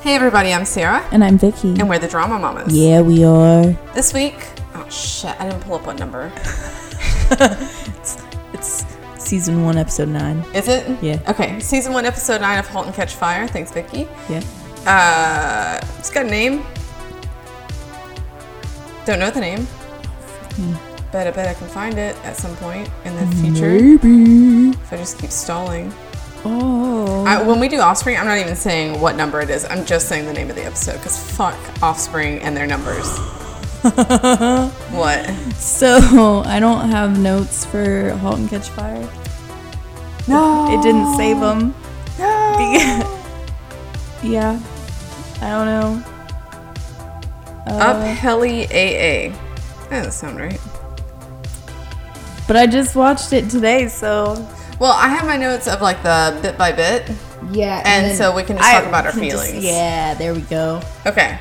Hey everybody, I'm Sarah, And I'm Vicky. and we're the Drama Mamas. Yeah, we are. This week, oh shit, I didn't pull up what number. It's season one, episode nine. Is it? Yeah. Okay, season one, episode nine of *Halt and Catch Fire*. Thanks, Vicky. Yeah. Uh, it's got a name. Don't know the name, but I bet I can find it at some point in the future Baby. if I just keep stalling. Oh. I, when we do Offspring, I'm not even saying what number it is. I'm just saying the name of the episode because fuck Offspring and their numbers. what? So I don't have notes for Halt and Catch Fire. No, It didn't save them. No. Yeah. I don't know. Up Helly AA. That doesn't sound right. But I just watched it today, so. Well, I have my notes of like the bit by bit, Yeah. and, so we can just talk about our feelings. yeah, there we go. Okay.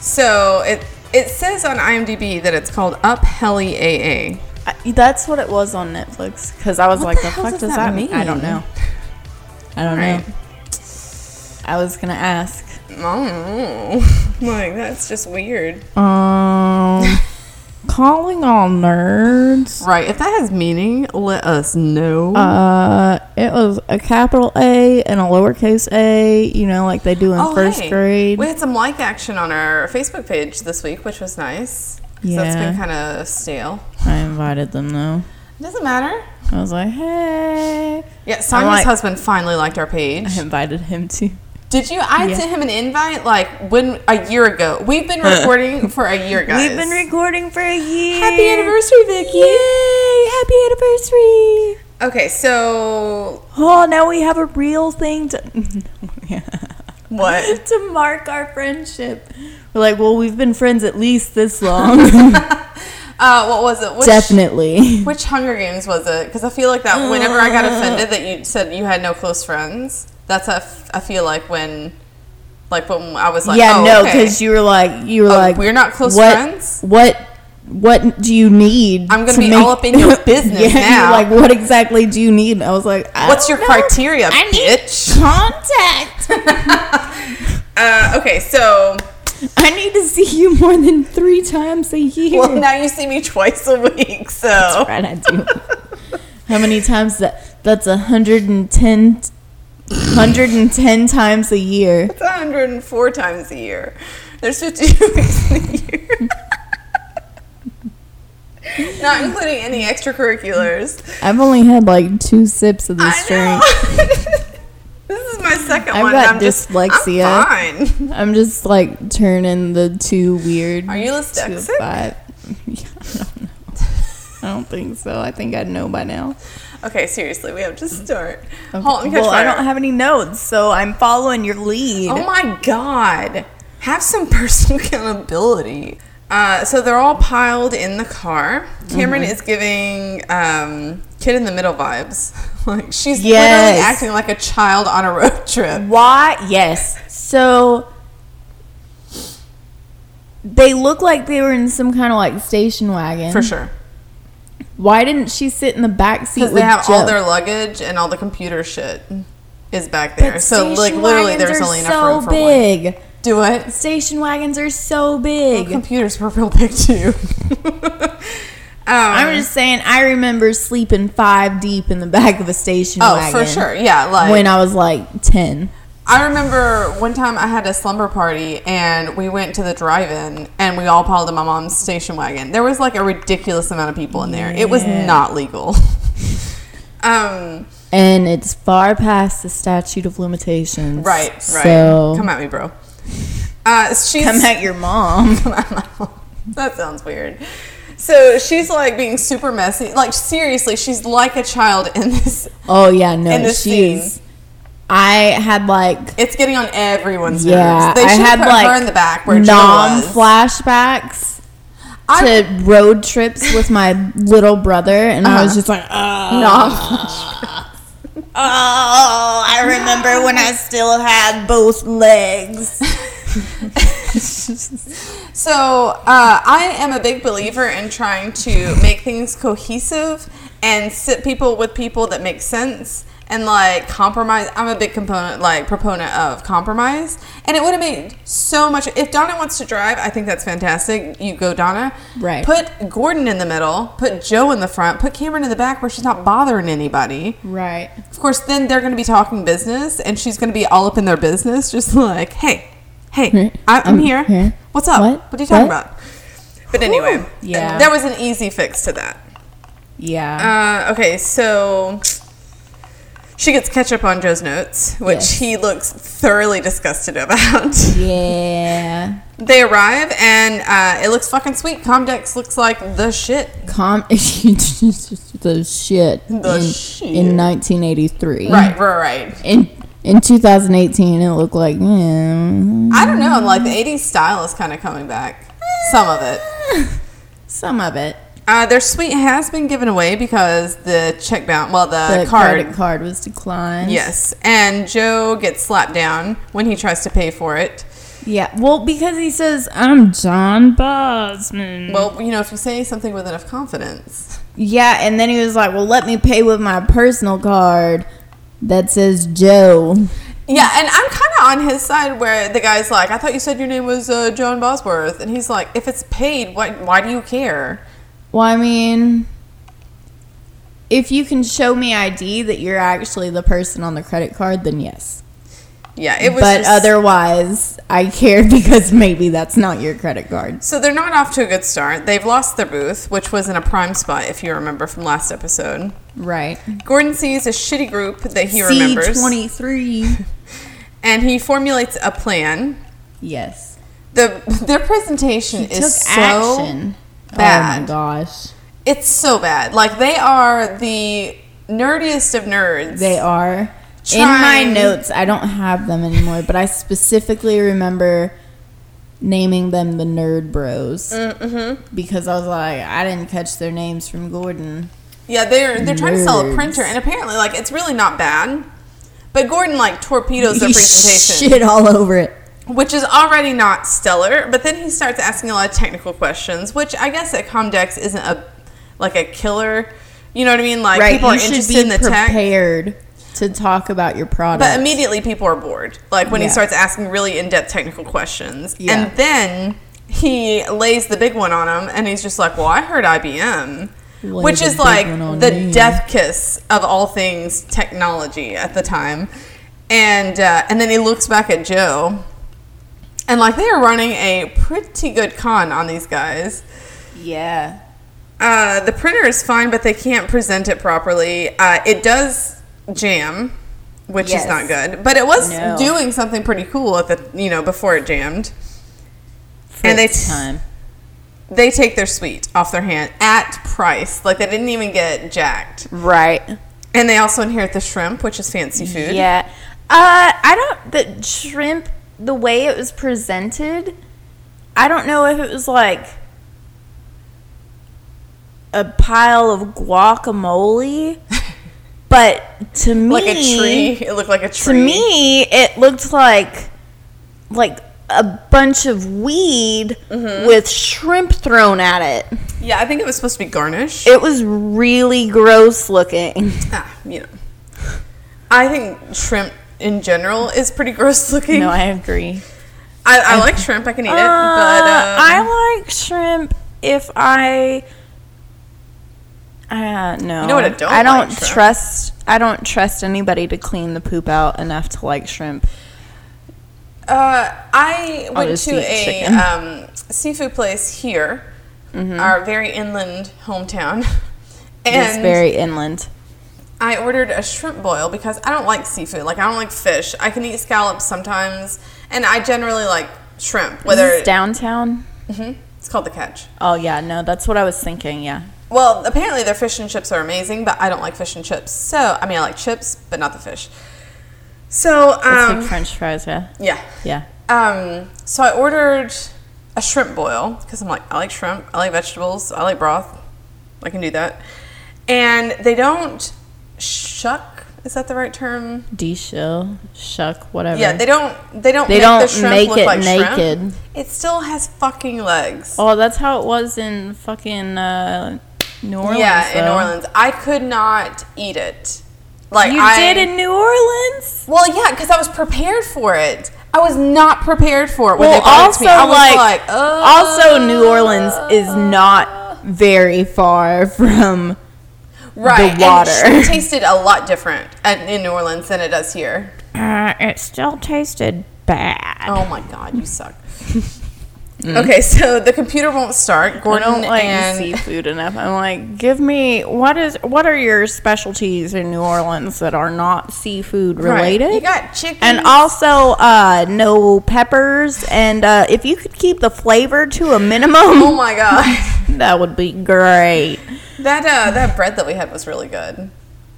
So it it says on IMDb that it's called Up Helly AA. I, that's what it was on Netflix because I was like, the the, hell fuck does does, that that, mean? I don't mean? know. I don't Right. know. I was gonna ask. Oh, like that's just weird. Um, calling all nerds. Right. If that has meaning, let us know. Uh, it was a capital A and a lowercase a. You know, like they do in first oh, hey, grade. We had some like action on our Facebook page this week, which was nice. 'cause That's Yeah. been kind of stale. I invited them though. Doesn't matter. I was like, hey. Yeah, Sonia's like- husband finally liked our page. I invited him to. Did you? I Yeah. sent him an invite like when a year ago. We've been recording for a year, guys. We've been recording for a year. Happy anniversary, Vicky! Yay! Happy anniversary. Okay, so Oh, now we have a real thing to what? to mark our friendship. We're like, well, we've been friends at least this long. Uh, what was it? Which, Definitely. Which Hunger Games was it? Because I feel like that whenever I got offended that you said you had no close friends, that's how I f- I feel like when, like when I was like, yeah, oh, no, okay. Oh, because you were like, you were like, we're not close what, friends? What? What do you need? I'm gonna to be all up in your business yeah, you're now. like, what exactly do you need? I was like, I What's your don't know. criteria, I need bitch? contact. Uh, okay, so I need to see you more than three times a year. well now you see me twice a week, so right, I do. How many times that? That's 110, 110 times a year. It's 104 times a year. There's 52 weeks in a year. Not including any extracurriculars. I've only had like two sips of I this drink. know. this is my 2nd I've one. got and I'm just- dyslexia. I'm fine. I'm just like turning the two weird. Are you to a dyslexic? five. Yeah, I don't know. I don't think so. I think I'd know by now. Okay, seriously, we have to start. Okay. Halt and catch well, I fire. don't have any notes, so I'm following your lead. Oh my god. Have some personal accountability. Uh, so they're all piled in the car. Cameron Mm-hmm. is giving um, kid in the middle vibes. like she's literally Yes. acting like a child on a road trip. Why? Yes. So they look like they were in some kind of like station wagon. For sure. Why didn't she sit in the back seat? Because Mm-hmm. With they have Joe? all their luggage and all the computer shit is back there. But so like station literally wagons there's are only enough so room for one. big. Do it. Station wagons are so big. Computers were real big too. um, I'm just saying, I remember sleeping five deep in the back of a station oh wagon. for sure. Yeah, like When I was like 10. I remember one time I had a slumber party and we went to the drive-in and we all piled in my mom's station wagon. There was like a ridiculous amount of people in there. It was Yeah. not legal. um, And it's far past the statute of limitations. right, right. So Come at me, bro. Uh, she's come at your mom. that sounds weird. So she's like being super messy. Like seriously, she's like a child in this. Oh, yeah, no. In the she's. scene. I had like. It's getting on everyone's Yeah, nerves. They I should had put like her in the back where non non flashbacks I- to road trips with my little brother, and I was just like, oh, oh, I remember when I still had both legs. So uh, I am a big believer in trying to make things cohesive and sit people with people that make sense and like compromise. I'm a big component, like proponent of compromise, and it would have made so much. If Donna wants to drive, I think that's fantastic. You go, Donna. Right. Put Gordon in the middle. Put Joe in the front. Put Cameron in the back where she's not bothering anybody. Right. Of course, then they're going to be talking business, and she's going to be all up in their business, just like, hey, hey, I, I'm, I'm here. here. What's up? What? What, are you talking What?" about? But anyway, uh, Yeah. there was an easy fix to that. Yeah. Um, Uh, okay, so she gets ketchup on Joe's notes, which Yes. he looks thoroughly disgusted about. yeah. they arrive, and uh, it looks fucking sweet. Comdex looks like the shit. Com the shit. The in, shit. in 1983. Right, right, right. In in 2018, it looked like mm, I don't know, like the 80s style is kind of coming back. Some of it. some of it. Uh, their suite has been given away because the check bound, well, the, The card. credit card was declined. Yes, and Joe gets slapped down when he tries to pay for it. Yeah. Well, because he says I'm John Bosman. Well, you know, if you say something with enough confidence, Yeah, and then he was like, "Well, let me pay with my personal card that says Joe." yeah. And I'm kind of on his side where the guy's like, "I thought you said your name was uh, John Bosworth," and he's like, "If it's paid, why, why do you care?" Well, I mean, if you can show me ID that you're actually the person on the credit card, then yes. Yeah, it was. But just- otherwise, I care because maybe that's not your credit card. So they're not off to a good start. They've lost their booth, which was in a prime spot, if you remember from last episode. Right. Gordon sees a shitty group that he remembers, C23. and he formulates a plan yes. the their presentation Took is so action. Oh my bad. gosh. it's so bad. Like they are the nerdiest of nerds. They are. In my Trying. notes, I don't have them anymore, but I specifically remember naming them the Nerd Bros Mm-hmm. because I was like, I didn't catch their names from Gordon. yeah, they're they're trying to sell a Nerds. printer, and apparently, like it's really not bad. But Gordon like torpedoes their He presentation, Shit all over it. which is already not stellar. But then he starts asking a lot of technical questions, which I guess at Comdex isn't a like a killer. You know what I mean? Like Right, people are you should interested be in the tech. prepared to talk about your product. But immediately people are bored. Like when he Yeah. starts asking really in-depth technical questions. Yeah. And then he lays the big one on him and he's just like, "Well, I heard IBM." Lay Which the is big like one on the me. death kiss of all things technology at the time. And uh, and then he looks back at Joe. And like they are running a pretty good con on these guys. um, yeah. Uh, the printer is fine, but they can't present it properly. Uh, it does jam, which Yes. is not good. But it was No. doing something pretty cool at the you know before it jammed. For And they its t- time. They take their sweet off their hand at price, like they didn't even get jacked. Right. And they also inherit the shrimp, which is fancy food. Yeah. Uh, I don't. The shrimp, the way it was presented, I don't know if it was like a pile of guacamole, but to me, like a tree. It looked like a To tree. me, it looked like like a bunch of weed Mm-hmm. with shrimp thrown at it. yeah, I think it was supposed to be garnish. It was really gross looking. ah, you know, I think shrimp in general is pretty gross looking. No, I, I agree. I, like shrimp. I can eat it, but Uh, um, I like shrimp if I. Uh, no. You know what I don't I like, don't shrimp? trust. I don't trust anybody to clean the poop out enough to like shrimp. Uh, I went just to eat a chicken. Mm-hmm. um, seafood place here, our very inland hometown, It's and very inland. I ordered a shrimp boil because I don't like seafood. Like I don't like fish. I can eat scallops sometimes, and I generally like shrimp. Whether Is this downtown? Mhm. it's called the catch. Oh yeah, no, that's what I was thinking. Yeah, Well, apparently their fish and chips are amazing, but I don't like fish and chips. So I mean, I like chips, but not the fish. So it's um, like French fries. Yeah, yeah, yeah. Um, so I ordered a shrimp boil because I'm like, I like shrimp, I like vegetables, I like broth. I can do that. And they don't shuck. Is that the right term? D shell, shuck, whatever. Yeah, they don't. They don't. They make the don't shrimp make look it like naked. Shrimp. It still has fucking legs. oh, that's how it was in fucking uh, New Orleans. yeah, in New though. Orleans, I could not eat it. Like You I, did in New Orleans? Well, yeah, because I was prepared for it. I was not prepared for it. When Well, they brought it to also me. I was like, like uh, also New Orleans is not very far from right, and water. it tasted a lot different at, in New Orleans than it does here. Uh, it still tasted bad. Oh my god, you suck. Mm. Okay, so the computer won't start. I Gordon don't like and seafood enough. I'm like, give me what is what are your specialties in New Orleans that are not seafood Right, related? You got chicken and also uh, no peppers. And uh, if you could keep the flavor to a Oh minimum, my god, that would be great. that uh, that bread that we had was really good.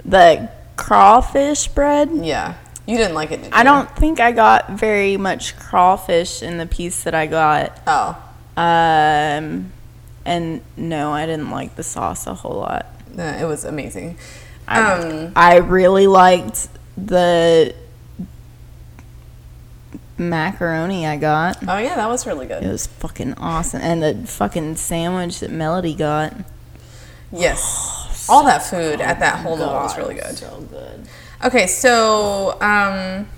The crawfish bread. Yeah, you didn't like it. Did you? I don't think I got very much crawfish in the piece that I got. Oh, Um, and no, I didn't like the sauce a whole lot. no, uh, it was amazing. I- Um, I really liked the macaroni I got. oh yeah, that was really It good. was fucking awesome. And the fucking sandwich that Melody got. Yes, all that food at that whole meal was really good. Oh So good. Okay, so um,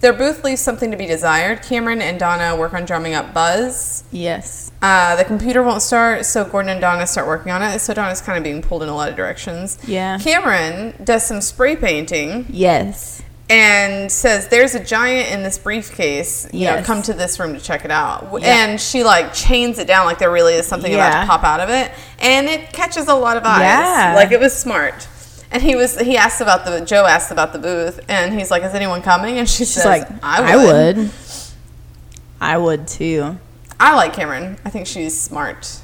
their booth leaves something to be desired. Cameron and Donna work on drumming up buzz. Yes. Uh, the computer won't start, so Gordon and Donna start working on it. So Donna's kind of being pulled in a lot of directions. Yeah. Cameron does some spray painting Yes. and says, "There's a giant in this briefcase. You know, Yes. come to this room to check it out." W- Yeah. And she like chains it down like there really is something about Yeah. to pop out of it, and it catches a lot of eyes. Yeah. Like it was smart. And he was he asked about the Joe asked about the booth, and he's like, "Is anyone coming?" And she She's says, like, I would. I would. I would too. I like Cameron. I think she's smart.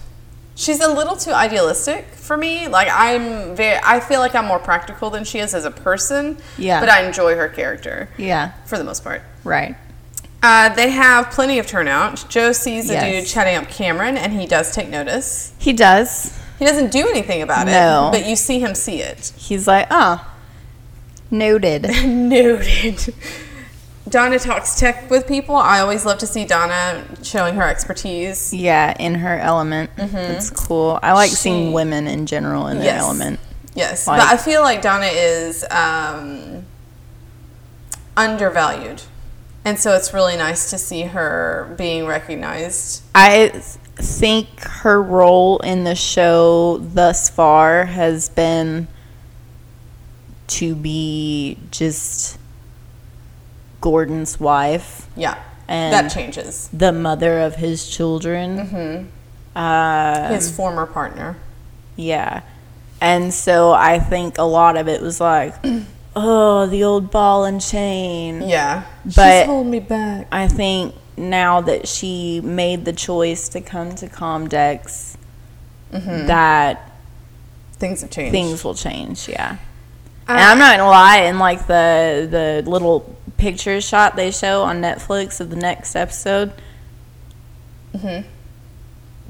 She's a little too idealistic for me. Like I'm very I feel like I'm more practical than she is as a person. Yeah. But I enjoy her character Yeah. for the most part. Right. Uh, they have plenty of turnout. Joe sees a Yes. dude chatting up Cameron and he does take notice. He does. He doesn't do anything about No. it, but you see him see it. He's like, oh, noted. Noted. Donna talks tech with people. I always love to see Donna showing her expertise. Yeah, in her element. It's cool. I like Mm-hmm. She- seeing women in general in their Yes. element. Yes, Like- but I feel like Donna is um, undervalued, and so it's really nice to see her being recognized. I think her role in the show thus far has been to be just Gordon's wife, Yeah, And- that changes the mother of his children. Mm-hmm. Uh, his former partner. yeah. And so I think a lot of it was like, oh, the old ball and chain. Yeah, But- hold me back. I think now that she made the choice to come to Comdex, that Things have changed. things will change. Yeah, and I'm not gonna lie. In like the the little picture shot they show on Netflix of the next episode,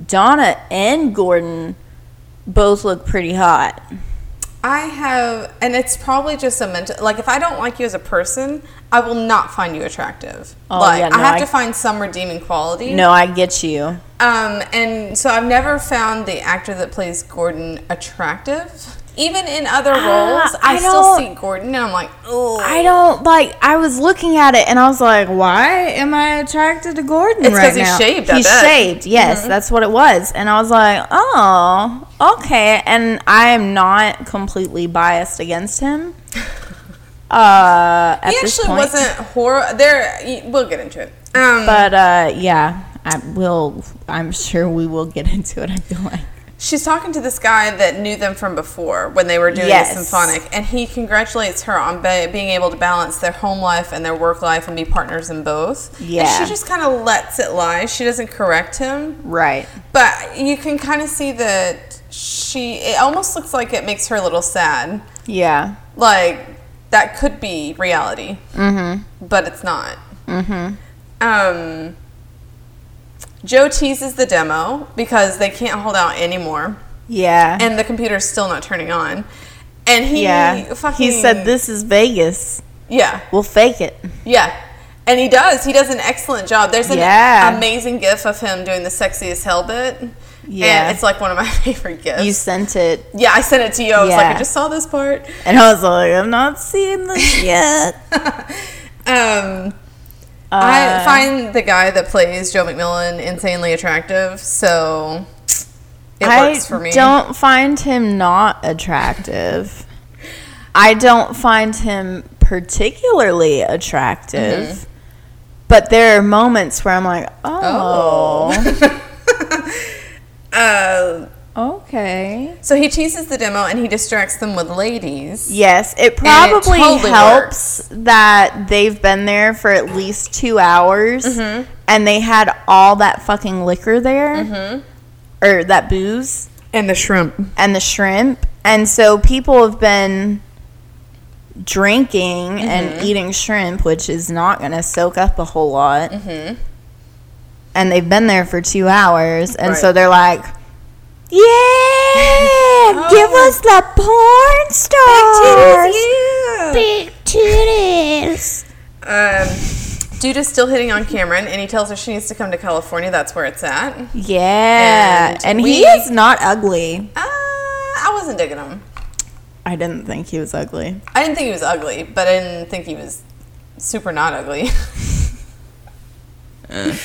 Donna and Gordon both look pretty hot. I have, and it's probably just a mental. Like, if I don't like you as a person, I will not find you attractive. Oh, like, yeah, no, I have I- to find some redeeming quality. No, I get you. Um, and so I've never found the actor that plays Gordon attractive. Even in other roles, I, Ah, I still don't- see Gordon and I'm like, oh, I don't like. I was looking at it and I was like, "Why am I attracted to Gordon It's 'cause he's right now?" shaved, I He's bet. Mm-hmm. shaved. Yes, that's what it was. And I was like, "Oh, okay." And I am not completely biased against him. Uh, at he this actually point, wasn't horror. There, y- we'll get into it. Um, But uh, yeah, I will. I'm sure we will get into it. I feel like. she's talking to this guy that knew them from before when they were doing Yes. the symphonic, and he congratulates her on ba being able to balance their home life and their work life and be partners in both. Yeah. and she just kind of lets it lie. She doesn't correct him. Right. But you can kind of see that she, it almost looks like it makes her a little sad. Yeah. Like, that could be reality. Mm-hmm. But it's not. Mm-hmm. Um, Joe teases the demo because they can't hold out anymore. Yeah. And the computer's still not turning on. And he yeah. fucking. He said, "This is Vegas. Yeah. We'll fake it." Yeah. And he does. He does an excellent job. There's an Yeah. amazing gif of him doing the sexiest hell bit. Yeah. Yeah. And it's like one of my favorite gifs. You sent it, yeah, I sent it to you. I was like, I Yeah. just saw this part. and I was like, I'm not seeing this yet. Um, Uh. I find the guy that plays Joe McMillan insanely attractive, so it Uh, I works for me. don't find him not attractive. I don't find him particularly attractive. Mm-hmm. But there are moments where I'm like, oh, Uh, okay. so he teases the demo and he distracts them with ladies. Yes, it And it probably totally helps that they've been there for at least two hours Mm-hmm. and they had all that fucking liquor there Mm-hmm. or that booze And the shrimp. and the shrimp. And so people have been drinking Mm-hmm. and eating shrimp, which is not going to soak up a whole lot. Mm-hmm. And they've been there for two hours. And so Right. they're like, yeah, give Oh. us the porn stars. Big titties. Um, Duda's still hitting on Cameron, and he tells her she needs to come to California. That's where it's at. Uh, Yeah. And And, he we- is not ugly. Uh, I wasn't digging him. I didn't think he was ugly. I didn't think he was ugly, but I didn't think he was super not ugly.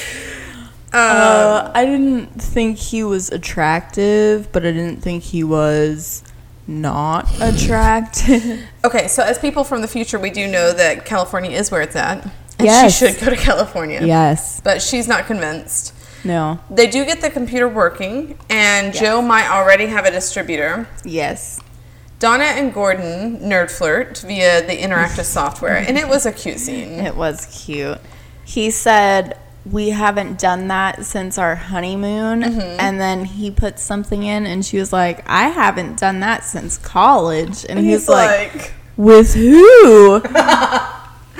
Uh, I didn't think he was attractive, but I didn't think he was not attractive. Okay, so as people from the future, we do know that California is where it's at. And Yes. she should go to California. yes. But she's not convinced. No. They do get the computer working, and Joe might already have a distributor. Yes. Donna and Gordon nerd flirt via the interactive software, and it was a cute scene. It was cute. He said, We haven't done that since our honeymoon. And then he put something in, and she was like, I haven't done that since college. And, he's, like, With who?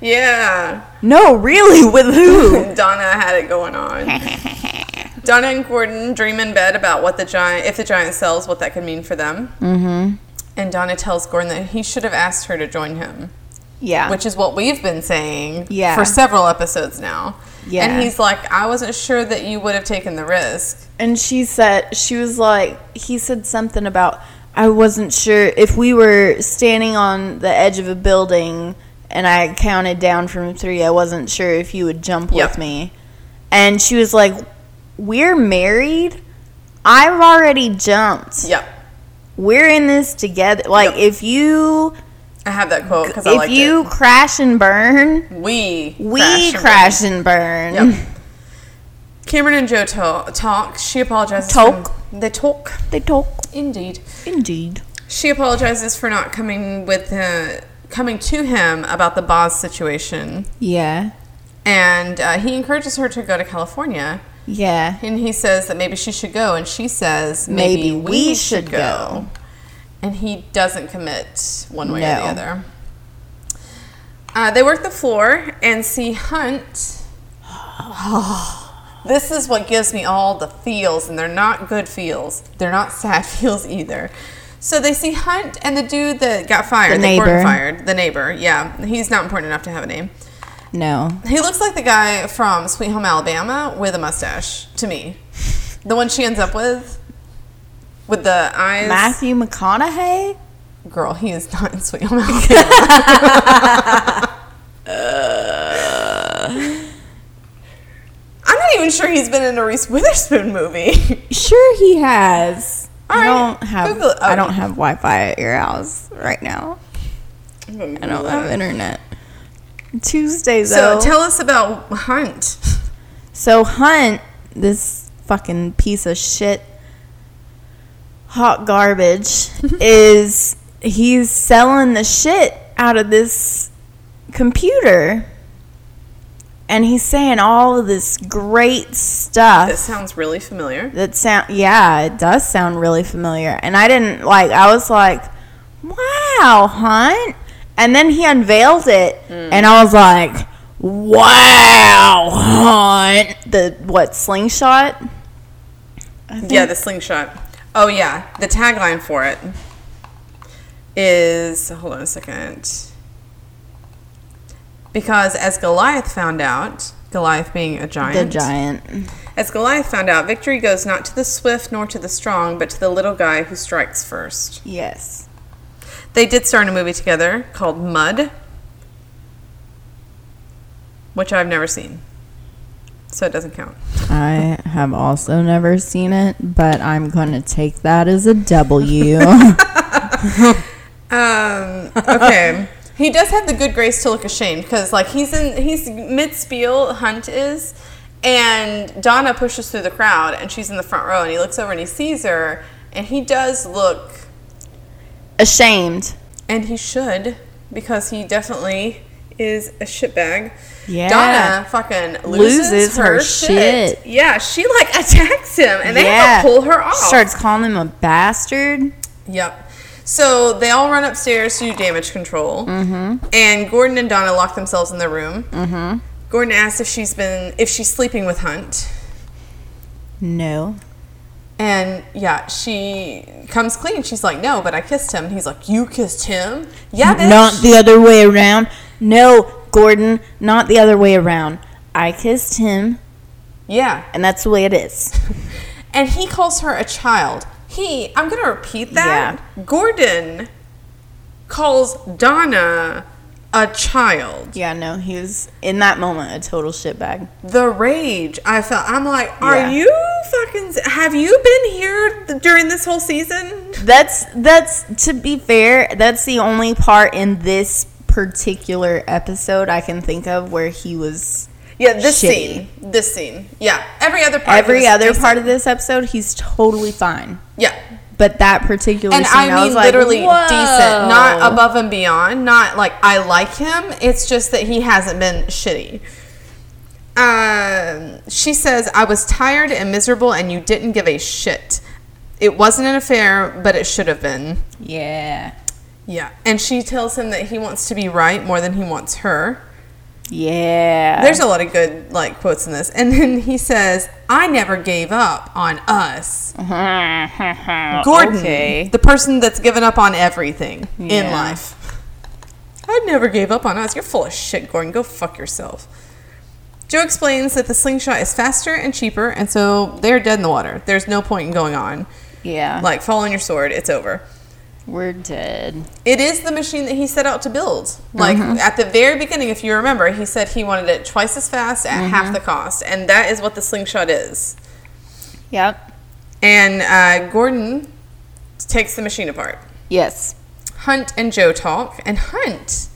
yeah. no, really, with who? Donna had it going on. Donna and Gordon dream in bed about what the giant, if the giant sells, what that could mean for them. Mm-hmm. And Donna tells Gordon that he should have asked her to join him. yeah. which is what we've been saying Yeah. for several episodes now. Yeah. And he's like, I wasn't sure that you would have taken the risk. And she said, she was like, he said something about, I wasn't sure if we were standing on the edge of a building and I counted down from three, I wasn't sure if you would jump Yep. with me. And she was like, We're married. I've already jumped. Yep. We're in this together. Like, Yep. if you. I have that quote because I If liked you crash and burn, it. We we crash. and crash and burn. burn. Yep. Cameron and Joe to- talk. She apologizes. for- Talk. They talk. They talk. Indeed. Indeed. She apologizes for not coming with uh, coming to him about the boss situation, Yeah. and uh, he encourages her to go to California. Yeah. And he says that maybe she should go, and she says Maybe we should go. And he doesn't commit one way or No. the other. Uh, they work the floor and see Hunt. this is what gives me all the feels, and they're not good feels. They're not sad feels either. So they see Hunt and the dude that got fired, The that Gordon neighbor. fired, the neighbor. Yeah, he's not important enough to have a name. No. He looks like the guy from Sweet Home Alabama with a mustache to me. The one she ends up with, with the eyes. Matthew McConaughey? Girl, he is not in Sweet Home Alabama. I'm not even sure he's been in a Reese Witherspoon movie. Sure, he has. All I right, don't have Google it. I don't have Wi-Fi at your house right now. I don't have internet. Tuesday So though. So, tell us about Hunt. Hunt, this fucking piece of shit, hot garbage, is he's selling the shit out of this computer, and he's saying all of this great stuff. This sounds really familiar. That sound yeah, it does sound really familiar. And I didn't like I was like, "Wow, Hunt." And then he unveiled it Hmm. and I was like, "Wow, Hunt." The what slingshot? Yeah, the slingshot. Oh yeah, the tagline for it is hold on a second. Because as Goliath found out, Goliath being a The giant. as Goliath found out, victory goes not to the swift nor to the strong, but to the little guy who strikes first. Yes. They did star in a movie together called Mud, which I've never seen. So it doesn't count. I have also never seen it, but I'm going to take that as a W. Um, okay. he does have the good grace to look ashamed because, like, he's in he's mid spiel. Hunt is, and Donna pushes through the crowd, and she's in the front row, and he looks over and he sees her, and he does look, Ashamed. and he should because he definitely is a shitbag. Yeah. Donna fucking loses, Loses her, her shit. shit. Yeah, she like attacks him, and they have to pull her off. Starts calling him a bastard. Yep. So they all run upstairs to do damage control, mm-hmm. and Gordon and Donna lock themselves in their room. Mm-hmm. Gordon asks if she's been if she's sleeping with Hunt, No. and yeah, she comes clean. She's like, "No, but I kissed him." And he's like, "You kissed him? Yeah, bitch." Not the other way around. No, Gordon, not the other way around. I kissed him, yeah." and that's the way it is. And he calls her a child. He, I'm gonna repeat that. Gordon calls Donna a child. Yeah, no, he was in that moment a total shitbag. the rage I felt. I'm like, are Yeah. you fucking? Have you been here th- during this whole season? That's that's to be fair, that's the only part in this particular episode I can think of where he was Yeah, this Shitty. scene. This scene. Yeah, every other part. every was other decent. part of this episode he's totally fine. Yeah, But that particular and scene, I mean was like, literally decent, not "Whoa." above and beyond. Not like I like him. It's just that he hasn't been shitty. Um, she says, "I was tired and miserable, and you didn't give a shit. It wasn't an affair, but it should have been." Yeah. Yeah, and she tells him that he wants to be right more than he wants her. Yeah. There's a lot of good like quotes in this, and then he says, "I never gave up on us." Gordon, Uh, Uh-huh. Okay. the person that's given up on everything in Yeah. life. I never gave up on us. You're full of shit, Gordon. Go fuck yourself. Joe explains that the slingshot is faster and cheaper, and so they're dead in the water. There's no point in going on. Yeah. Like, fall on your sword. It's over. We're dead. It is the machine that he set out to build. Like at the very beginning, if you remember, he said he wanted it twice as fast at half the cost, and that is what the slingshot is. Yep. And uh, Gordon takes the machine apart. Yes. Hunt and Joe talk, and Hunt.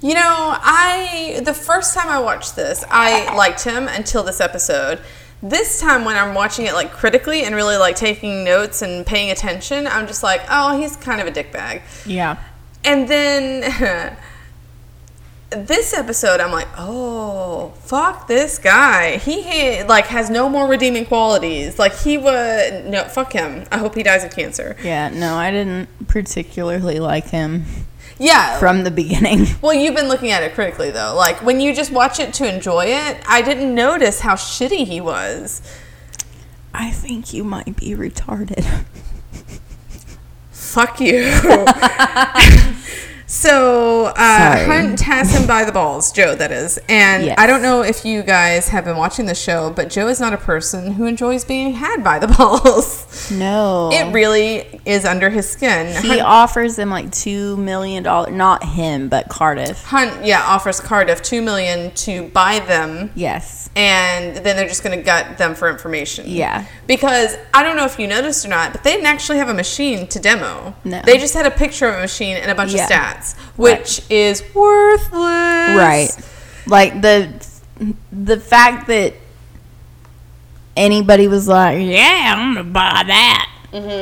You know, I the first time I watched this, I liked him until this episode. This time, when I'm watching it like critically and really like taking notes and paying attention, I'm just like, oh, he's kind of a dickbag. Yeah. And then this episode, I'm like, oh, fuck this guy. He ha- like has no more redeeming qualities. Like he would no, fuck him. I hope he dies of cancer. Yeah, no, I didn't particularly like him Yeah. from the beginning. well, you've been looking at it critically though. Like when you just watch it to enjoy it, I didn't notice how shitty he was. I think you might be retarded. Fuck you. so uh, Sorry. Hunt has him by the balls, Joe. That is, and Yes. I don't know if you guys have been watching the show, but Joe is not a person who enjoys being had by the balls. No. It really is under his skin. he Hunt, offers them like $2 million. Not him, but Cardiff. Hunt, yeah, offers Cardiff two million to buy them Yes. and then they're just going to gut them for information. Yeah. Because I don't know if you noticed or not, but they didn't actually have a machine to demo. No. They just had a picture of a machine and a bunch Yeah. of stats, which is worthless. Right. Like the the fact that anybody was like, "Yeah, I'm going to buy that."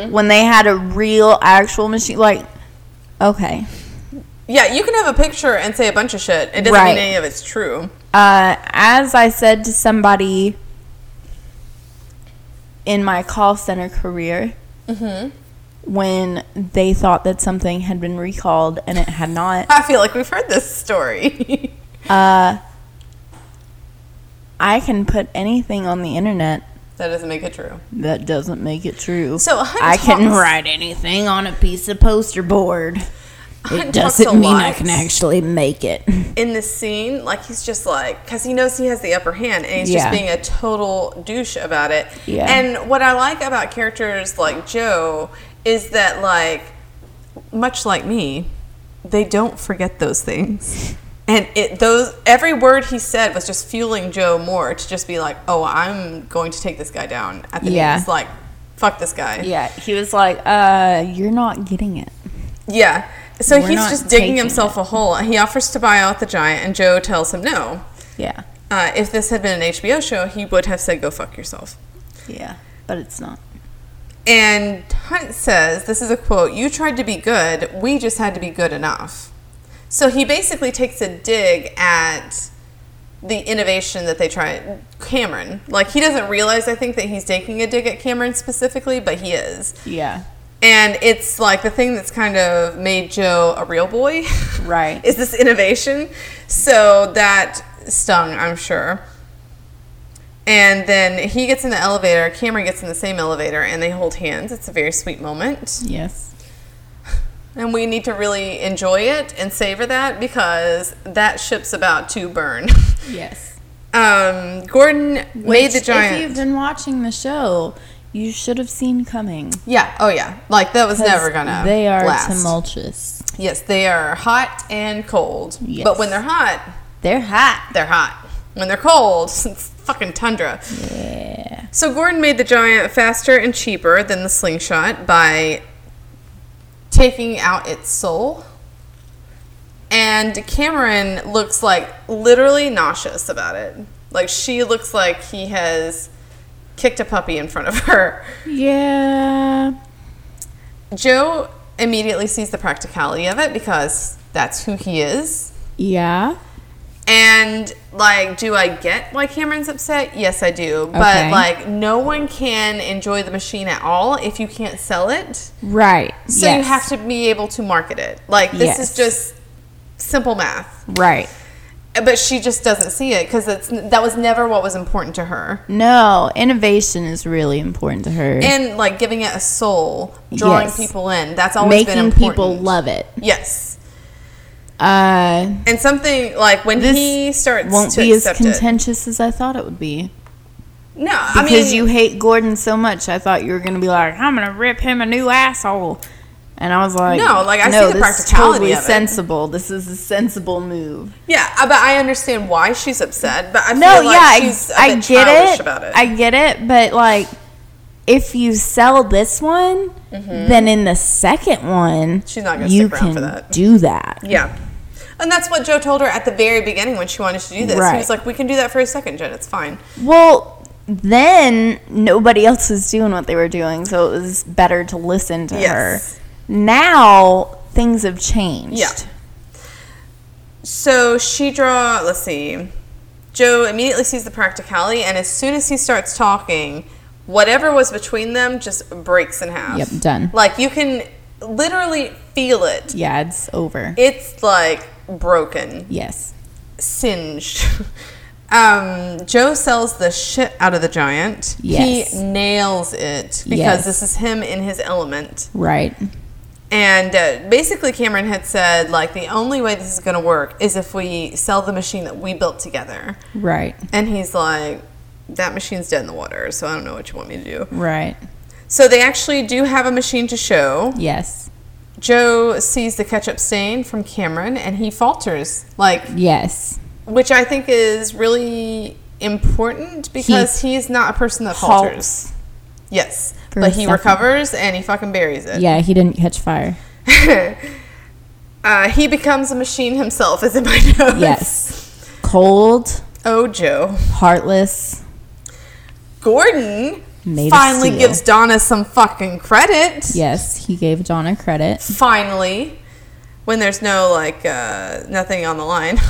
When they had a real actual machine like okay. Yeah, you can have a picture and say a bunch of shit. It doesn't Right. mean any of it's true. Uh, as I said to somebody in my call center career, when they thought that something had been recalled and it had not, I feel like we've heard this story. I can put anything on the internet that doesn't make it true. that doesn't make it true. So Hunt I can talks- write anything on a piece of poster board. Hunt It talks doesn't a mean lot. I can actually make it. in this scene, like he's just like, because he knows he has the upper hand, and he's Yeah. just being a total douche about it. Yeah. And what I like about characters like Joe is that, like, much like me, they don't forget those things. And it those every word he said was just fueling Joe more to just be like, oh, I'm going to take this guy down at the Yeah. knees. Like, fuck this guy. Yeah, he was like, uh, you're not getting it. Yeah. So We're he's not just digging taking himself a hole. He offers to buy out the giant, and Joe tells him no. Yeah. Uh, if this had been an HBO show, he would have said, go fuck yourself. Yeah. But it's not. And Hunt says, this is a quote, you tried to be good, we just had to be good enough. So he basically takes a dig at the innovation that they tried. Cameron. Like, he doesn't realize, I think, that he's taking a dig at Cameron specifically, but he is. Yeah. And it's like the thing that's kind of made Joe a real boy. Right. is this innovation. So that stung, I'm sure. And then he gets in the elevator, Cameron gets in the same elevator, and they hold hands. It's a very sweet moment. Yes. And we need to really enjoy it and savor that because that ship's about to burn. Yes. Um, Gordon made the If you've giant. been watching the show, you should have seen coming. Yeah, oh yeah. Like, that was 'Cause never gonna They are last. tumultuous. Yes, they are hot and cold. But when Yes. they're hot, They're hot. they're hot. When they're cold, it's fucking tundra. Yeah. So Gordon made the giant faster and cheaper than the slingshot by taking out its soul. And Cameron looks like literally nauseous about it. Like she looks like he has kicked a puppy in front of her. Yeah. Joe immediately sees the practicality of it because that's who he is. Yeah. And like, do I get why Cameron's upset? Yes, I do. But Okay. like, no one can enjoy the machine at all if you can't sell it. Right. So you have to be able to market it. Like, this Yes. is just simple math. Right. But she just doesn't see it because it's that was never what was important to her. No, innovation is really important to her. And like giving it a soul, drawing Yes. people in. That's always been Making important. people love it. Yes. Uh, And something like when this he starts won't to be as accept it. contentious as I thought it would be. No, I Because mean you hate Gordon so much, I thought you were going to be like, I'm going to rip him a new asshole. And I was like, No, like, I see the this is practicality totally of it." sensible. This is a sensible move. Yeah, I- but I understand why she's upset. But I feel No, like yeah, I, she's a I bit get childish it. about it. I get it, but like, if you sell this one, then in the second one, Mm-hmm. She's not gonna you stick around can for that. do that. yeah, and that's what Joe told her at the very beginning when she wanted to do this. He Right. was like, "We can do that for a second, Jen. It's fine." Well, then nobody else was doing what they were doing, so it was better to listen to Yes. her. Now things have changed. Yeah. So she draw. Let's see. Joe immediately sees the practicality, and as soon as he starts talking, whatever was between them just breaks in half. Yep, done. Like you can literally feel it. Yeah, it's over. It's like broken. yes. singed. Um, Joe sells the shit out of the giant. Yes. He nails it because Yes. this is him in his element. Right. And uh, basically, Cameron had said, like, the only way this is going to work is if we sell the machine that we built together. Right. And he's like, that machine's dead in the water, so I don't know what you want me to do. Right. So they actually do have a machine to show. Yes. Joe sees the ketchup stain from Cameron and he falters. Like, Yes. which I think is really important because he's not a person that halts. falters. Yes, For a but he second. recovers and he fucking buries it. Yeah, he didn't catch fire. uh, he becomes a machine himself, is in my notes. Yes. Cold, Oh, Joe. heartless. Gordon Made of finally steel. gives Donna some fucking credit. Yes, he gave Donna credit. Finally, when there's no like uh, nothing on the line.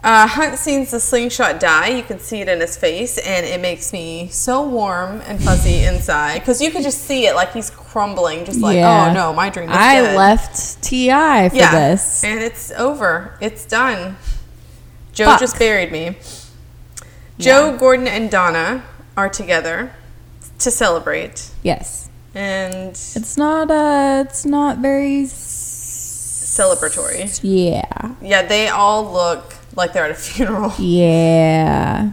Uh, Hunt sees the slingshot die. You can see it in his face, and it makes me so warm and fuzzy inside because you can just see it like he's crumbling, just like, oh no, my dream is I dead." left TI for this. And it's over. It's done. Joe Fuck. just buried me. Joe, Gordon, and Donna are together to celebrate. Yes. And It's not uh it's not very s- celebratory. Yeah. Yeah, they all look like they're at a funeral. Yeah.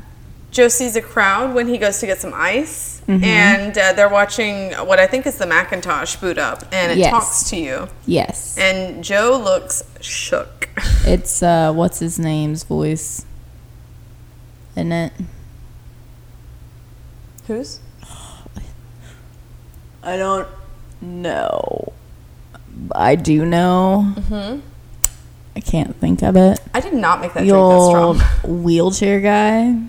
Joe sees a crowd when he goes to get some ice, Mm-hmm. and uh, they're watching what I think is the Macintosh boot up, and it Yes. talks to you. Yes. And Joe looks shook. It's uh what's his name's voice. Isn't it? Who's? I don't know. I do know. Mm-hmm. I can't think of it. I did not make that The drink that old strong. wheelchair guy.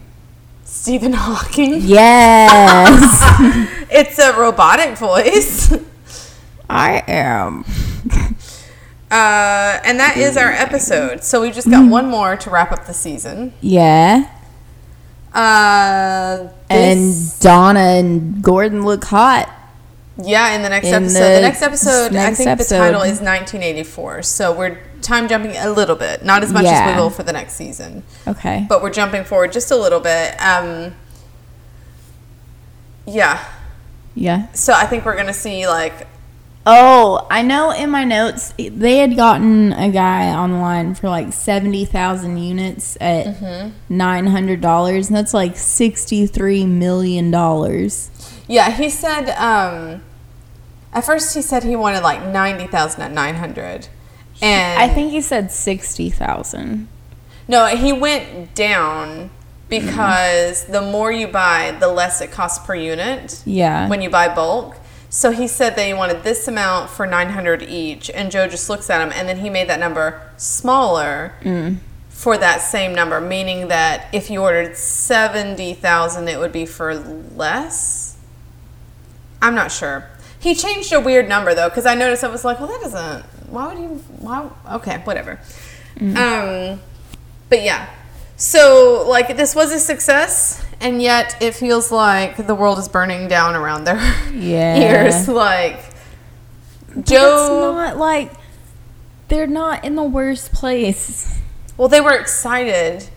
Stephen Hawking. Yes. It's a robotic voice. Uh, I am. Uh, and that is our episode. So we've just Mm-hmm. got one more to wrap up the season. yeah. Uh, this- And Donna and Gordon look hot. yeah, in the next in episode. the The, next episode, I next think episode. the title is 1984. So we're time jumping a little bit, not as much as Yeah. we will for the next season, Okay. but we're jumping forward just a little bit. Um, yeah. yeah. So I think we're gonna see like Oh, I know in my notes they had gotten a guy online for like 70,000 units at Mm-hmm. $900 and that's like 63 million dollars. Yeah, he said. Um, at first, he said he wanted like ninety thousand at nine hundred, and I think he said 60,000. no, he went down because the more you buy, the less it costs per unit. Yeah. when you buy bulk. So he said that he wanted this amount for nine hundred each, and Joe just looks at him, and then he made that number smaller. For that same number, meaning that if you ordered seventy thousand, it would be for less. I'm not sure. He changed a weird number though, because I noticed I was like, well, that doesn't. Why would you? Why? Okay, whatever. Mm-hmm. Um, but yeah. So like, this was a success, and yet it feels like the world is burning down around their Yeah. ears. Like Joe. Joe. It's not like they're not in the worst place. well, they were excited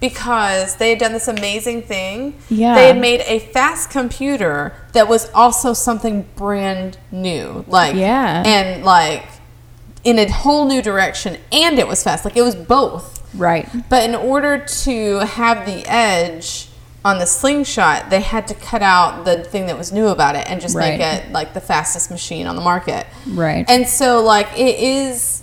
because they had done this amazing thing. Yeah. They had made a fast computer that was also something brand new. Like Yeah. and like in a whole new direction and it was fast. Like it was both. Right. But in order to have the edge on the slingshot, they had to cut out the thing that was new about it and just make Right. it like the fastest machine on the market. Right. And so, like, it is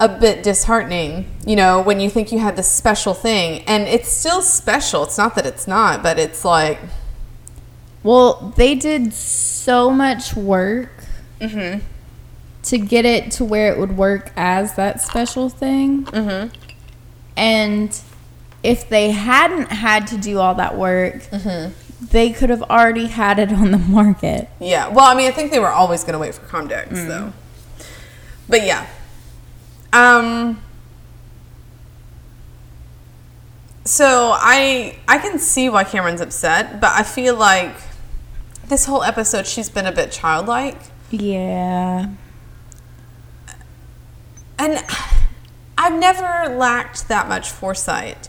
a bit disheartening, you know, when you think you had this special thing and it's still special. It's not that it's not, but it's like, Well, they did so much work Mm-hmm. to get it to where it would work as that special thing. Mm-hmm. And if they hadn't had to do all that work, they could have already had it on the market. yeah. Well, I mean, I think they were always going to wait for Comdex, though. But yeah. Um, so I I can see why Cameron's upset, but I feel like this whole episode she's been a bit childlike. Yeah. and I've never lacked that much foresight.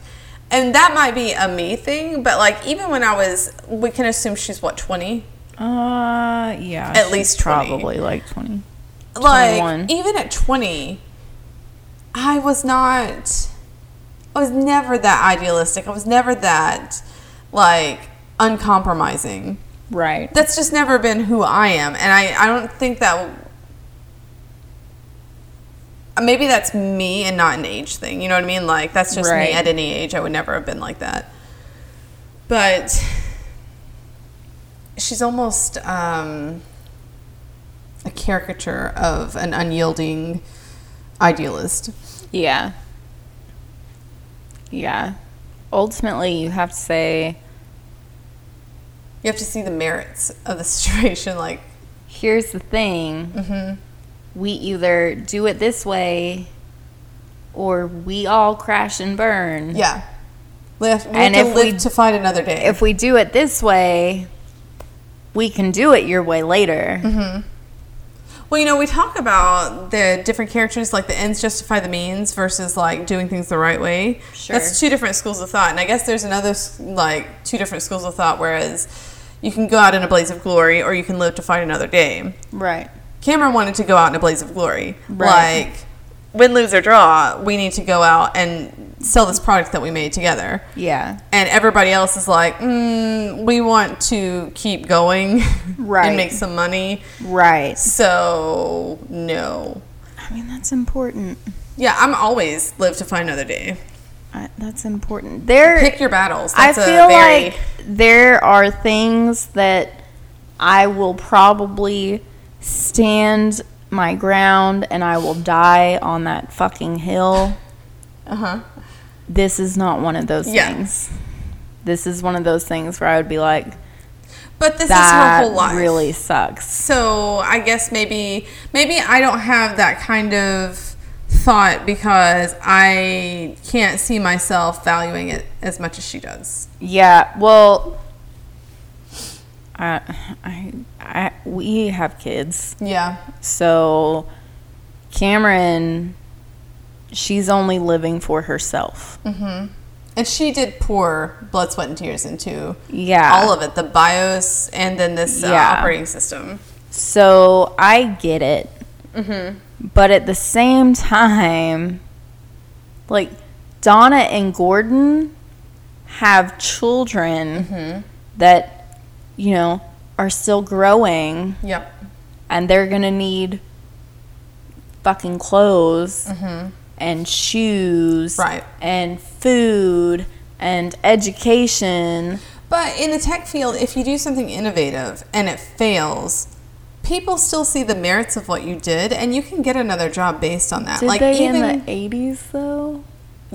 And that might be a me thing, but like even when I was, we can assume she's what twenty, Uh, yeah. At least 20. probably like 20. like 21. even at twenty, I was not, I was never that idealistic. I was never that like uncompromising. Right. That's just never been who I am, and I I don't think that. Maybe that's me and not an age thing. You know what I mean? Like that's just Right. me at any age. I would never have been like that. But she's almost um, a caricature of an unyielding idealist. Yeah. Yeah. Ultimately, you have to say You have to see the merits of the situation. Like here's the thing Mm-hmm. we either do it this way or we all crash and burn yeah, live, we And have to if we- live to fight another day. if we do it this way we can do it your way later Mm-hmm. Well, you know, we talk about the different characters, like the ends justify the means versus like doing things the right way. Sure. That's two different schools of thought. And I guess there's another, s- like, two different schools of thought, whereas you can go out in a blaze of glory or you can live to fight another day. right Cameron wanted to go out in a blaze of glory. Right. Like, win, lose, or draw, we need to go out and sell this product that we made together. Yeah. And everybody else is like, mm, we want to keep going Right. and make some money. Right. So, no. I mean, that's important. Yeah, I'm always live to find another day. I, that's important. There. Pick your battles. I That's feel a very, like there are things that I will probably stand my ground and I will die on that fucking hill. Uh huh. This is not one of those Yeah. things. This is one of those things where I would be like, But this is her that whole life. really sucks. so I guess maybe maybe I don't have that kind of thought because I can't see myself valuing it as much as she does. Yeah, well, I, I, I, we have kids. Yeah. So Cameron, she's only living for herself. Mm-hmm. And she did pour blood, sweat, and tears into Yeah. all of it the BIOS and then this uh, Yeah. operating system. So I get it. Mm-hmm. But at the same time, like Donna and Gordon have children Mm-hmm. that, you know, are still growing Yep. and they're going to need fucking clothes and shoes Mm-hmm. Right. and food and education. But in the tech field, if you do something innovative and it fails, people still see the merits of what you did and you can get another job based on that. Did like they even in the 80s though?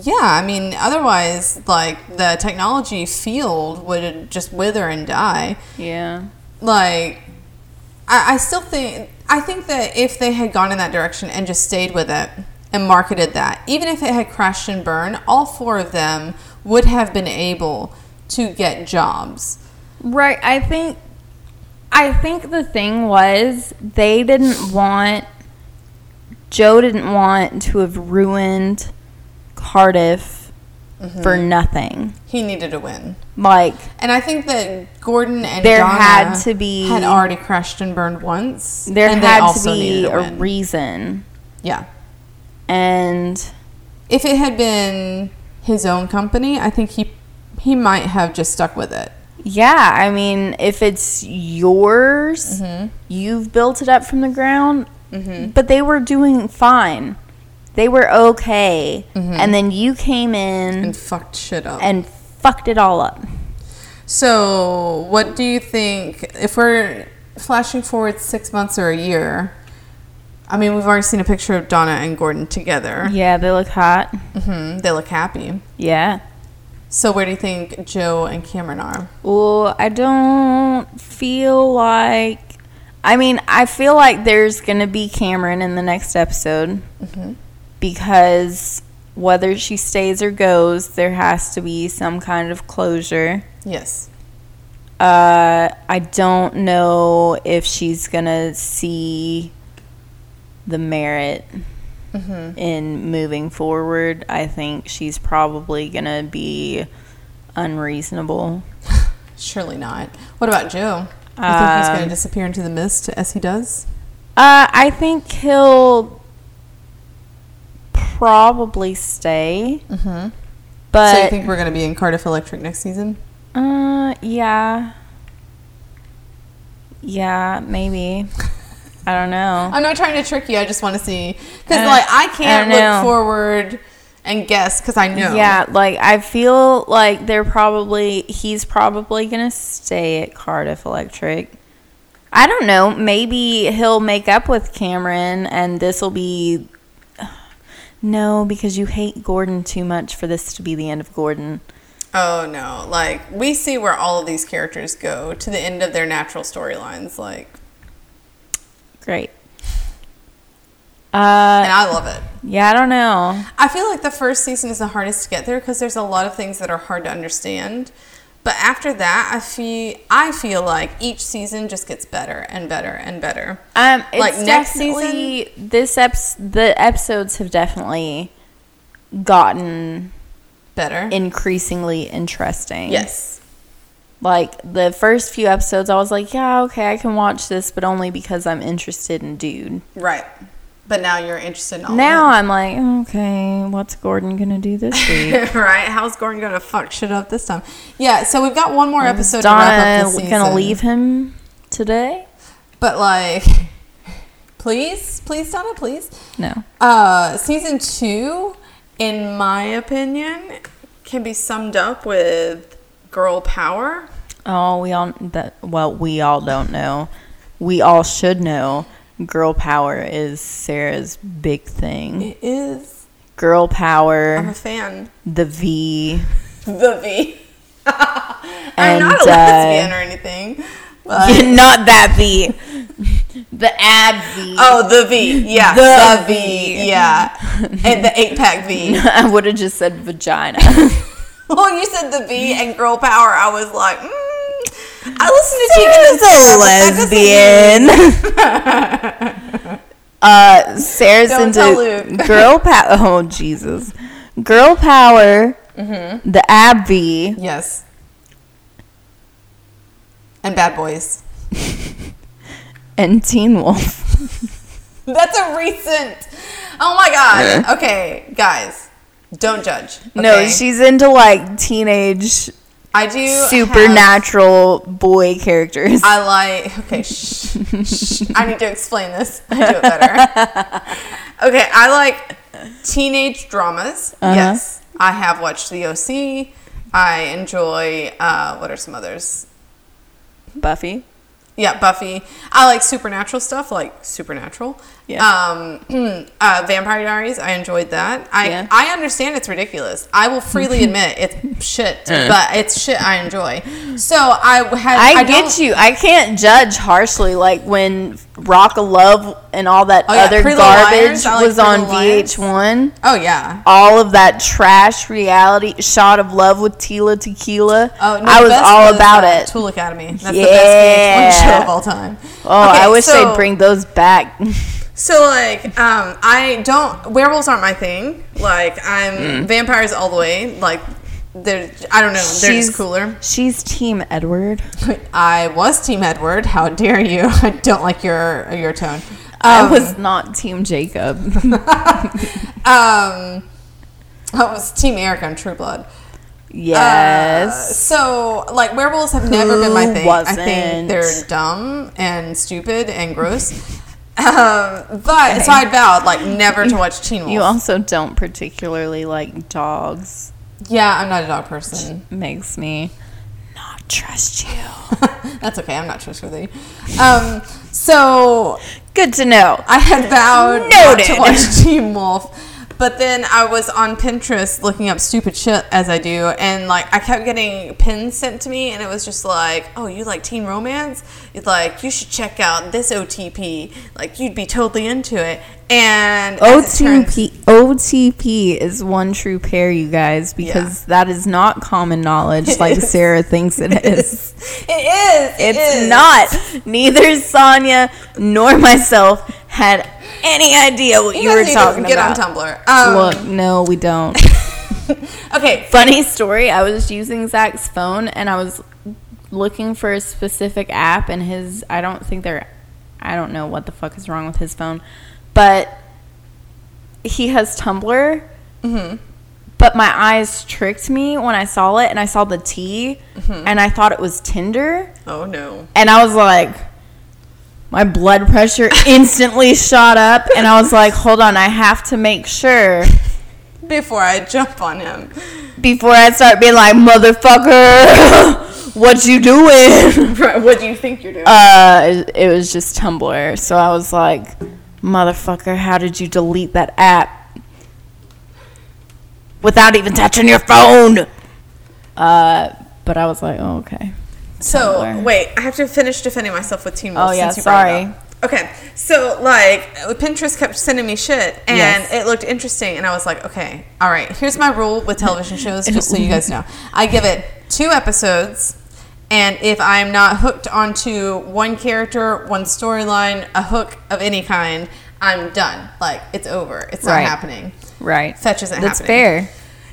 Yeah, I mean, otherwise, like the technology field would just wither and die. Yeah. Like, I, I still think I think that if they had gone in that direction and just stayed with it and marketed that, even if it had crashed and burned, all four of them would have been able to get jobs. Right. I think I think the thing was they didn't want Joe didn't want to have ruined Cardiff for Mm-hmm. nothing. He needed to win, Like and I think that Gordon and There Donna had to be- had already crashed and burned once. there and they had to also be needed a win. reason. yeah. And if it had been his own company, I think he he might have just stuck with it. yeah, I mean, if it's yours, Mm-hmm. you've built it up from the ground. But they were doing fine. They were okay. And then you came in Mm-hmm. And fucked shit up. and fucked it all up. so, what do you think if we're flashing forward 6 months or a year? I mean, we've already seen a picture of Donna and Gordon together. Yeah, they look hot. Mm-hmm. hmm They look happy. Yeah. So, where do you think Joe and Cameron are? Well, I don't feel like. I mean, I feel like there's going to be Cameron in the next episode because whether she stays or goes, there has to be some kind of closure. Yes. Uh, I don't know if she's going to see the merit Mm-hmm. in moving forward. I think she's probably going to be unreasonable. Surely not. What about Joe? You think he's Um, going to disappear into the mist as he does? Uh, I think he'll probably stay. Mm-hmm. But so, you think we're going to be in Cardiff Electric next season? uh, yeah, yeah, maybe. I don't know. I'm not trying to trick you. I just want to see because don't- like I I can't don't know. look forward and guess because I know. Yeah, like I feel like they're probably he's probably gonna stay at Cardiff Electric. I don't know. Maybe he'll make up with Cameron, and this will be. No, because you hate Gordon too much for this to be the end of Gordon. Oh no! Like we see where all of these characters go to the end of their natural storylines. Like, Great. Uh, and I love it. yeah, I don't know. I feel like the first season is the hardest to get there because there's a lot of things that are hard to understand. But after that, I feel I feel like each season just gets better and better and better. Um, it's Like, next definitely this eps the episodes have definitely gotten Better. increasingly interesting. yes. Like the first few episodes, I was like, yeah, okay, I can watch this, but only because I'm interested in dude. Right. But now you're interested in all Now I'm like, okay, what's Gordon gonna do this week? of it. right? How's Gordon going to fuck shit up this time? Yeah, so we've got one more episode to wrap Donna up this season. gonna leave him today? But like, please, please, Donna, please. No. Uh, season two, in my opinion, can be summed up with girl power. Oh, we all that. Well, we all don't know. We all should know. Girl power is Sarah's big thing. It is. Girl I'm a power, fan. the V. The V. I'm And, not a uh, lesbian or anything. But Not that V. Uh, the ad V. Oh, the V. Yeah. The The, v. Yeah. and the eight pack V. I would have just said vagina. Well, you said the V and girl power. I was like, mm, I listened to you in Sarah's this show, a but that doesn't mean- lesbian. uh, Sarah's Don't tell into Luke. girl power. Oh Jesus, girl power. Mm-hmm. The ab V. Yes. And bad boys. and Teen Wolf. That's a recent. Oh my god. Okay, guys, don't judge. No, okay? she's into like teenage I do have- supernatural boy characters. I like. Okay, shh, shh. I need to explain this. I do it better. Okay, I like teenage dramas. Yes, I have watched The OC. I enjoy. Uh, what are some others? Buffy. Yeah, Buffy. I like supernatural stuff, like Supernatural. Yeah. Um, uh, Vampire Diaries. I enjoyed that. I Yeah. I understand it's ridiculous. I will freely admit it's shit, but it's shit I enjoy. So I had. I, I, get don't- you. I can't judge harshly like when Rock of Love and all that Oh, yeah, other Pretty Little garbage Liars. I like was Pretty on Little Liars. VH1. Oh yeah. All of that trash reality shot of love with Tila Tequila. Oh, no, I the was best all was, about uh, it. Tool Academy. That's the Yeah. best VH1 show of all time. Oh, Okay, I wish so- they'd bring those back. So like, um, I don't werewolves aren't my thing. Like Mm. I'm vampires all the way. Like they're I don't know. They're just cooler. She's Team Edward. I was Team Edward. How dare you? I don't like your your tone. I Um, was not Team Jacob. um, I was Team Eric on True Blood. Uh, Yes. so, like, werewolves have never been my Who thing. I wasn't? think they're dumb and stupid and gross. um, but so I vowed, like, never to watch Teen Wolf. you also don't particularly like dogs. yeah, I'm not a dog person. Makes me not trust you. That's okay. I'm not trustworthy. Um, so Good to know. I had vowed not Noted. to watch Team Wolf. But then I was on Pinterest looking up stupid shit as I do, and like I kept getting pins sent to me, and it was just like, "Oh, you like teen romance? It's like you should check out this OTP. Like you'd be totally into it." And as it turns- OTP OTP is one true pair, you guys, because that is not common knowledge like Sarah thinks it is. it is. it It's is. not. Neither Sonia nor myself had any idea what you, You, were guys need talking to get about. on Tumblr. Um, Look, no, we don't. okay, Funny story, I was using Zach's phone and I was looking for a specific app and his I don't think they're I don't know what the fuck is wrong with his phone, but he has Tumblr. Mm-hmm. But my eyes tricked me when I saw it and I saw the T Mm-hmm. and I thought it was Tinder Oh no. and I was like my blood pressure instantly shot up and I was like, "Hold on, I have to make sure." Before I jump on him, before I start being like, motherfucker, what you doing? what do you think you're doing? Uh, it- it was just Tumblr. So I was like, motherfucker, how did you delete that app without even touching your phone? Uh, but I was like, oh, okay. So Tumblr. wait, I have to finish defending myself with Teen Wolf. Oh, yeah, since you brought it sorry. up. Okay, so like Pinterest kept sending me shit, and Yes. it looked interesting, and I was like, okay, all right. Here's my rule with television shows, just so you guys know. I give it two episodes, and if I'm not hooked onto one character, one storyline, a hook of any kind, I'm done. Like it's over. It's Right. not happening. Right. Fetch isn't That's happening. fair.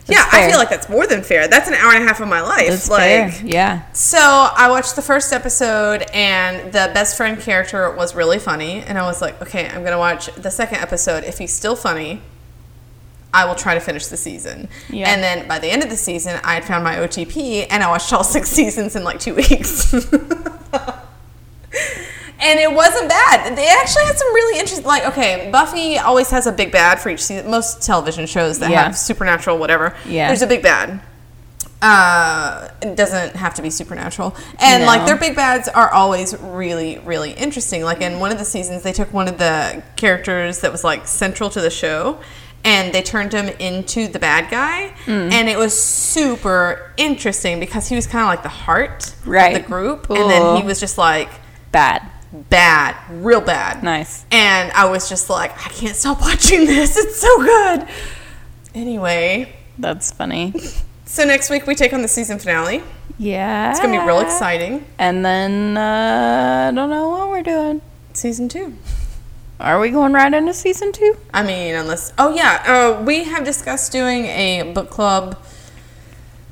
yeah, I fair. feel like that's more than fair. That's an hour and a half of my life. That's like, fair. Yeah. So I watched the first episode, and the best friend character was really funny, and I was like, okay, I'm gonna watch the second episode. If he's still funny, I will try to finish the season. Yeah. And then by the end of the season, I had found my OTP, and I watched all six seasons in like two weeks. And it wasn't bad. They actually had some really interesting, like, okay, Buffy always has a big bad for each season. Most television shows that Yeah. have supernatural, whatever. Yeah. There's a big bad. Uh, it doesn't have to be supernatural. And, No. like, their big bads are always really, really interesting. Like, in one of the seasons, they took one of the characters that was, like, central to the show and they turned him into the bad guy. Hmm. And it was super interesting because he was kind of like the heart Right. of the group. And then he Cool. was just like, Bad. bad, real bad. Nice. And I was just like, I can't stop watching this. It's so good. Anyway, That's funny. so next week we take on the season finale. Yeah. It's gonna be real exciting. And then uh, I don't know what we're doing. Season two. Are we going right into season two? I mean, unless oh yeah, uh, we have discussed doing a book club.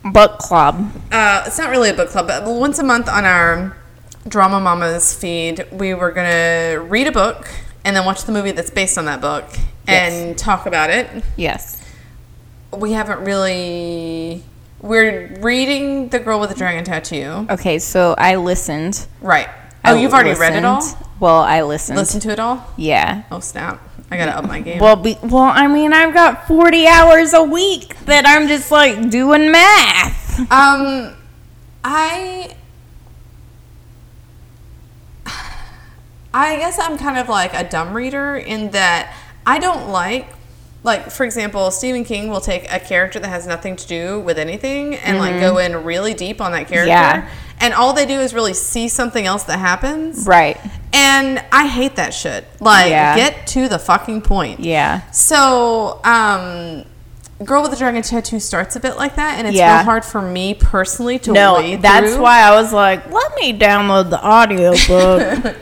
Book club. Uh, it's not really a book club, but once a month on our Drama Mamas feed, we were gonna read a book and then watch the movie that's based on that book Yes. and talk about it. Yes. we haven't really we're reading the girl with the dragon tattoo Okay, so I listened. right oh I you've already read it all listened. Well, I listened. listened to it all Yeah. oh snap i gotta up my game Well, be, well, I mean, I've got 40 hours a week that I'm just like doing math. um i i guess i'm kind of like a dumb reader in that i don't like like for example stephen king will take a character that has nothing to do with anything and like go in really deep on that character Mm-hmm. Yeah. and all they do is really see something else that happens Right. And I hate that shit. Like, Yeah. get to the fucking point. Yeah. So, um, Girl with the Dragon Tattoo starts a bit like that, and it's Yeah. real hard for me personally to No, wade that's through. why I was like, let me download the audiobook.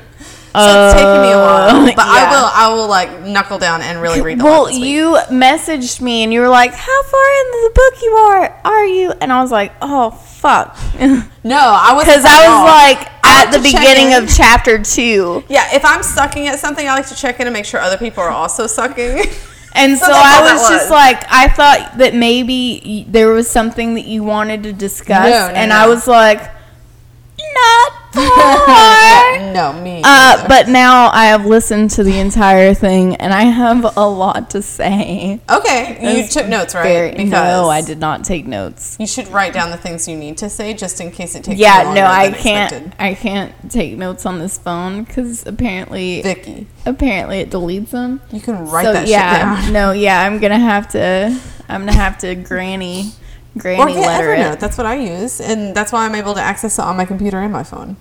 So it's taking me a while, but Oh, yeah. I will. I will like knuckle down and really read. The lot well, this week. you messaged me and you were like, how far into the book you are are you? And I was like, oh fuck, because no, I was I was like I at like the to check beginning in. of chapter two, yeah. If I'm sucking at something, I like to check in and make sure other people are also sucking. and that's so, I all that was, just like, I thought that maybe y- there was something that you wanted to discuss, No, no, and no. I was like, not far. Yeah, no, me. Uh, but now I have listened to the entire thing, and I have a lot to say. okay, you It's took notes, right? Very- no, I did not take notes. You should write down the things you need to say just in case it takes. you Yeah, longer no, I than can't. expected. I can't take notes on this phone because apparently, Vicky, apparently it deletes them. you can write so that yeah, shit down. no, yeah, I'm gonna have to. I'm gonna have to granny, granny Or get letter Evernote. it. That's what I use, and that's why I'm able to access it on my computer and my phone.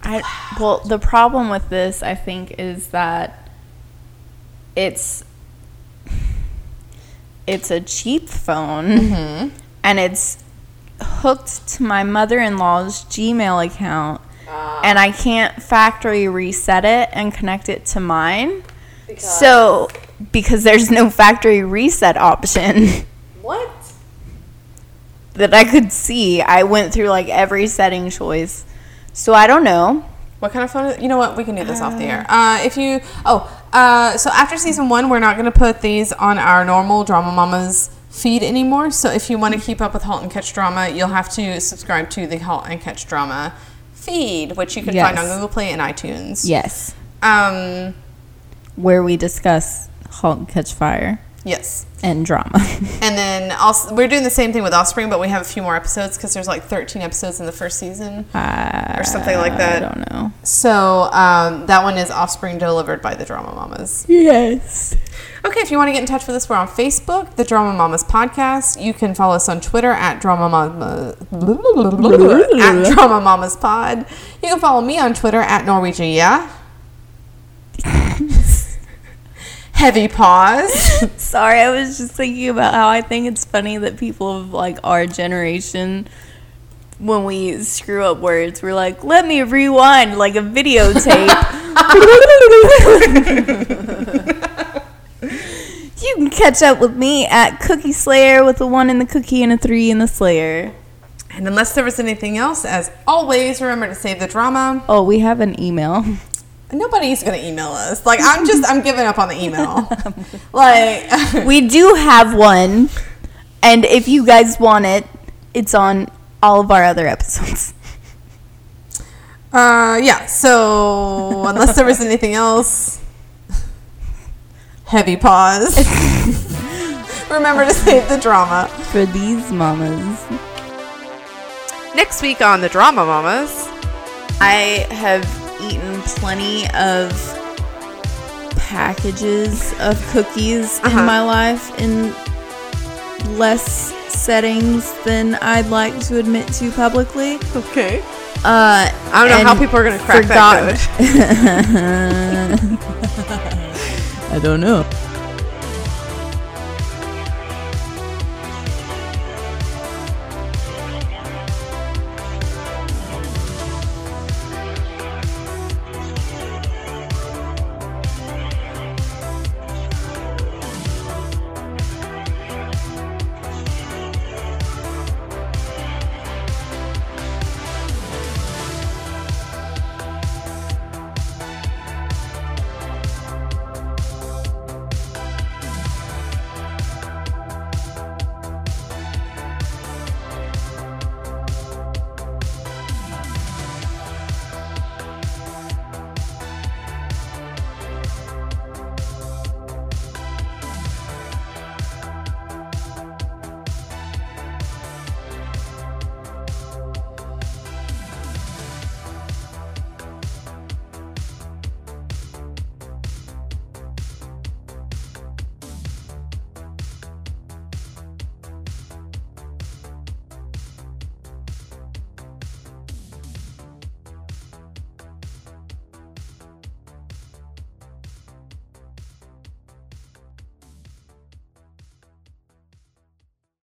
I, well, the problem with this, I think, is that it's it's a cheap phone, Mm-hmm. and it's hooked to my mother-in-law's Gmail account, and I can't factory reset it and connect it to mine. so, because there's no factory reset option. What? That I could see, I went through like every setting choice. So I don't know. What kind of phone? Is, you know what? We can do this off the air. Uh, if you, oh, uh, so after season one, we're not going to put these on our normal Drama Mamas feed anymore. So if you want to keep up with Halt and Catch Drama, you'll have to subscribe to the Halt and Catch Drama feed, which you can find Yes. on Google Play and iTunes. Yes. Um. where we discuss Halt and Catch Fire Yes. and drama. And then also, we're doing the same thing with Offspring, but we have a few more episodes because there's like 13 episodes in the first season or something like I that. don't know. So um, that one is Offspring delivered by the Drama Mamas. Yes. Okay, if you want to get in touch with us, we're on Facebook, the Drama Mamas Podcast. You can follow us on Twitter at Drama Mama, at Drama Mamas Pod. You can follow me on Twitter at Norwegia. Heavy pause. Sorry, I was just thinking about how I think it's funny that people of like our generation when we screw up words, we're like, "Let me rewind like a videotape." you can catch up with me at Cookie Slayer with a one in the cookie and a three in the Slayer. And unless there was anything else, as always, remember to save the drama. Oh, we have an email. Nobody's gonna email us. Like I'm just, I'm giving up on the email. like we do have one, and if you guys want it, it's on all of our other episodes. Uh, yeah. So unless there was anything else, heavy pause. Remember to save the drama. For these mamas. Next week on the Drama Mamas. I have eaten plenty of packages of cookies Uh-huh. in my life in less settings than I'd like to admit to publicly. Okay. Uh, I don't know how and people are gonna crack forgotten. that code. I don't know.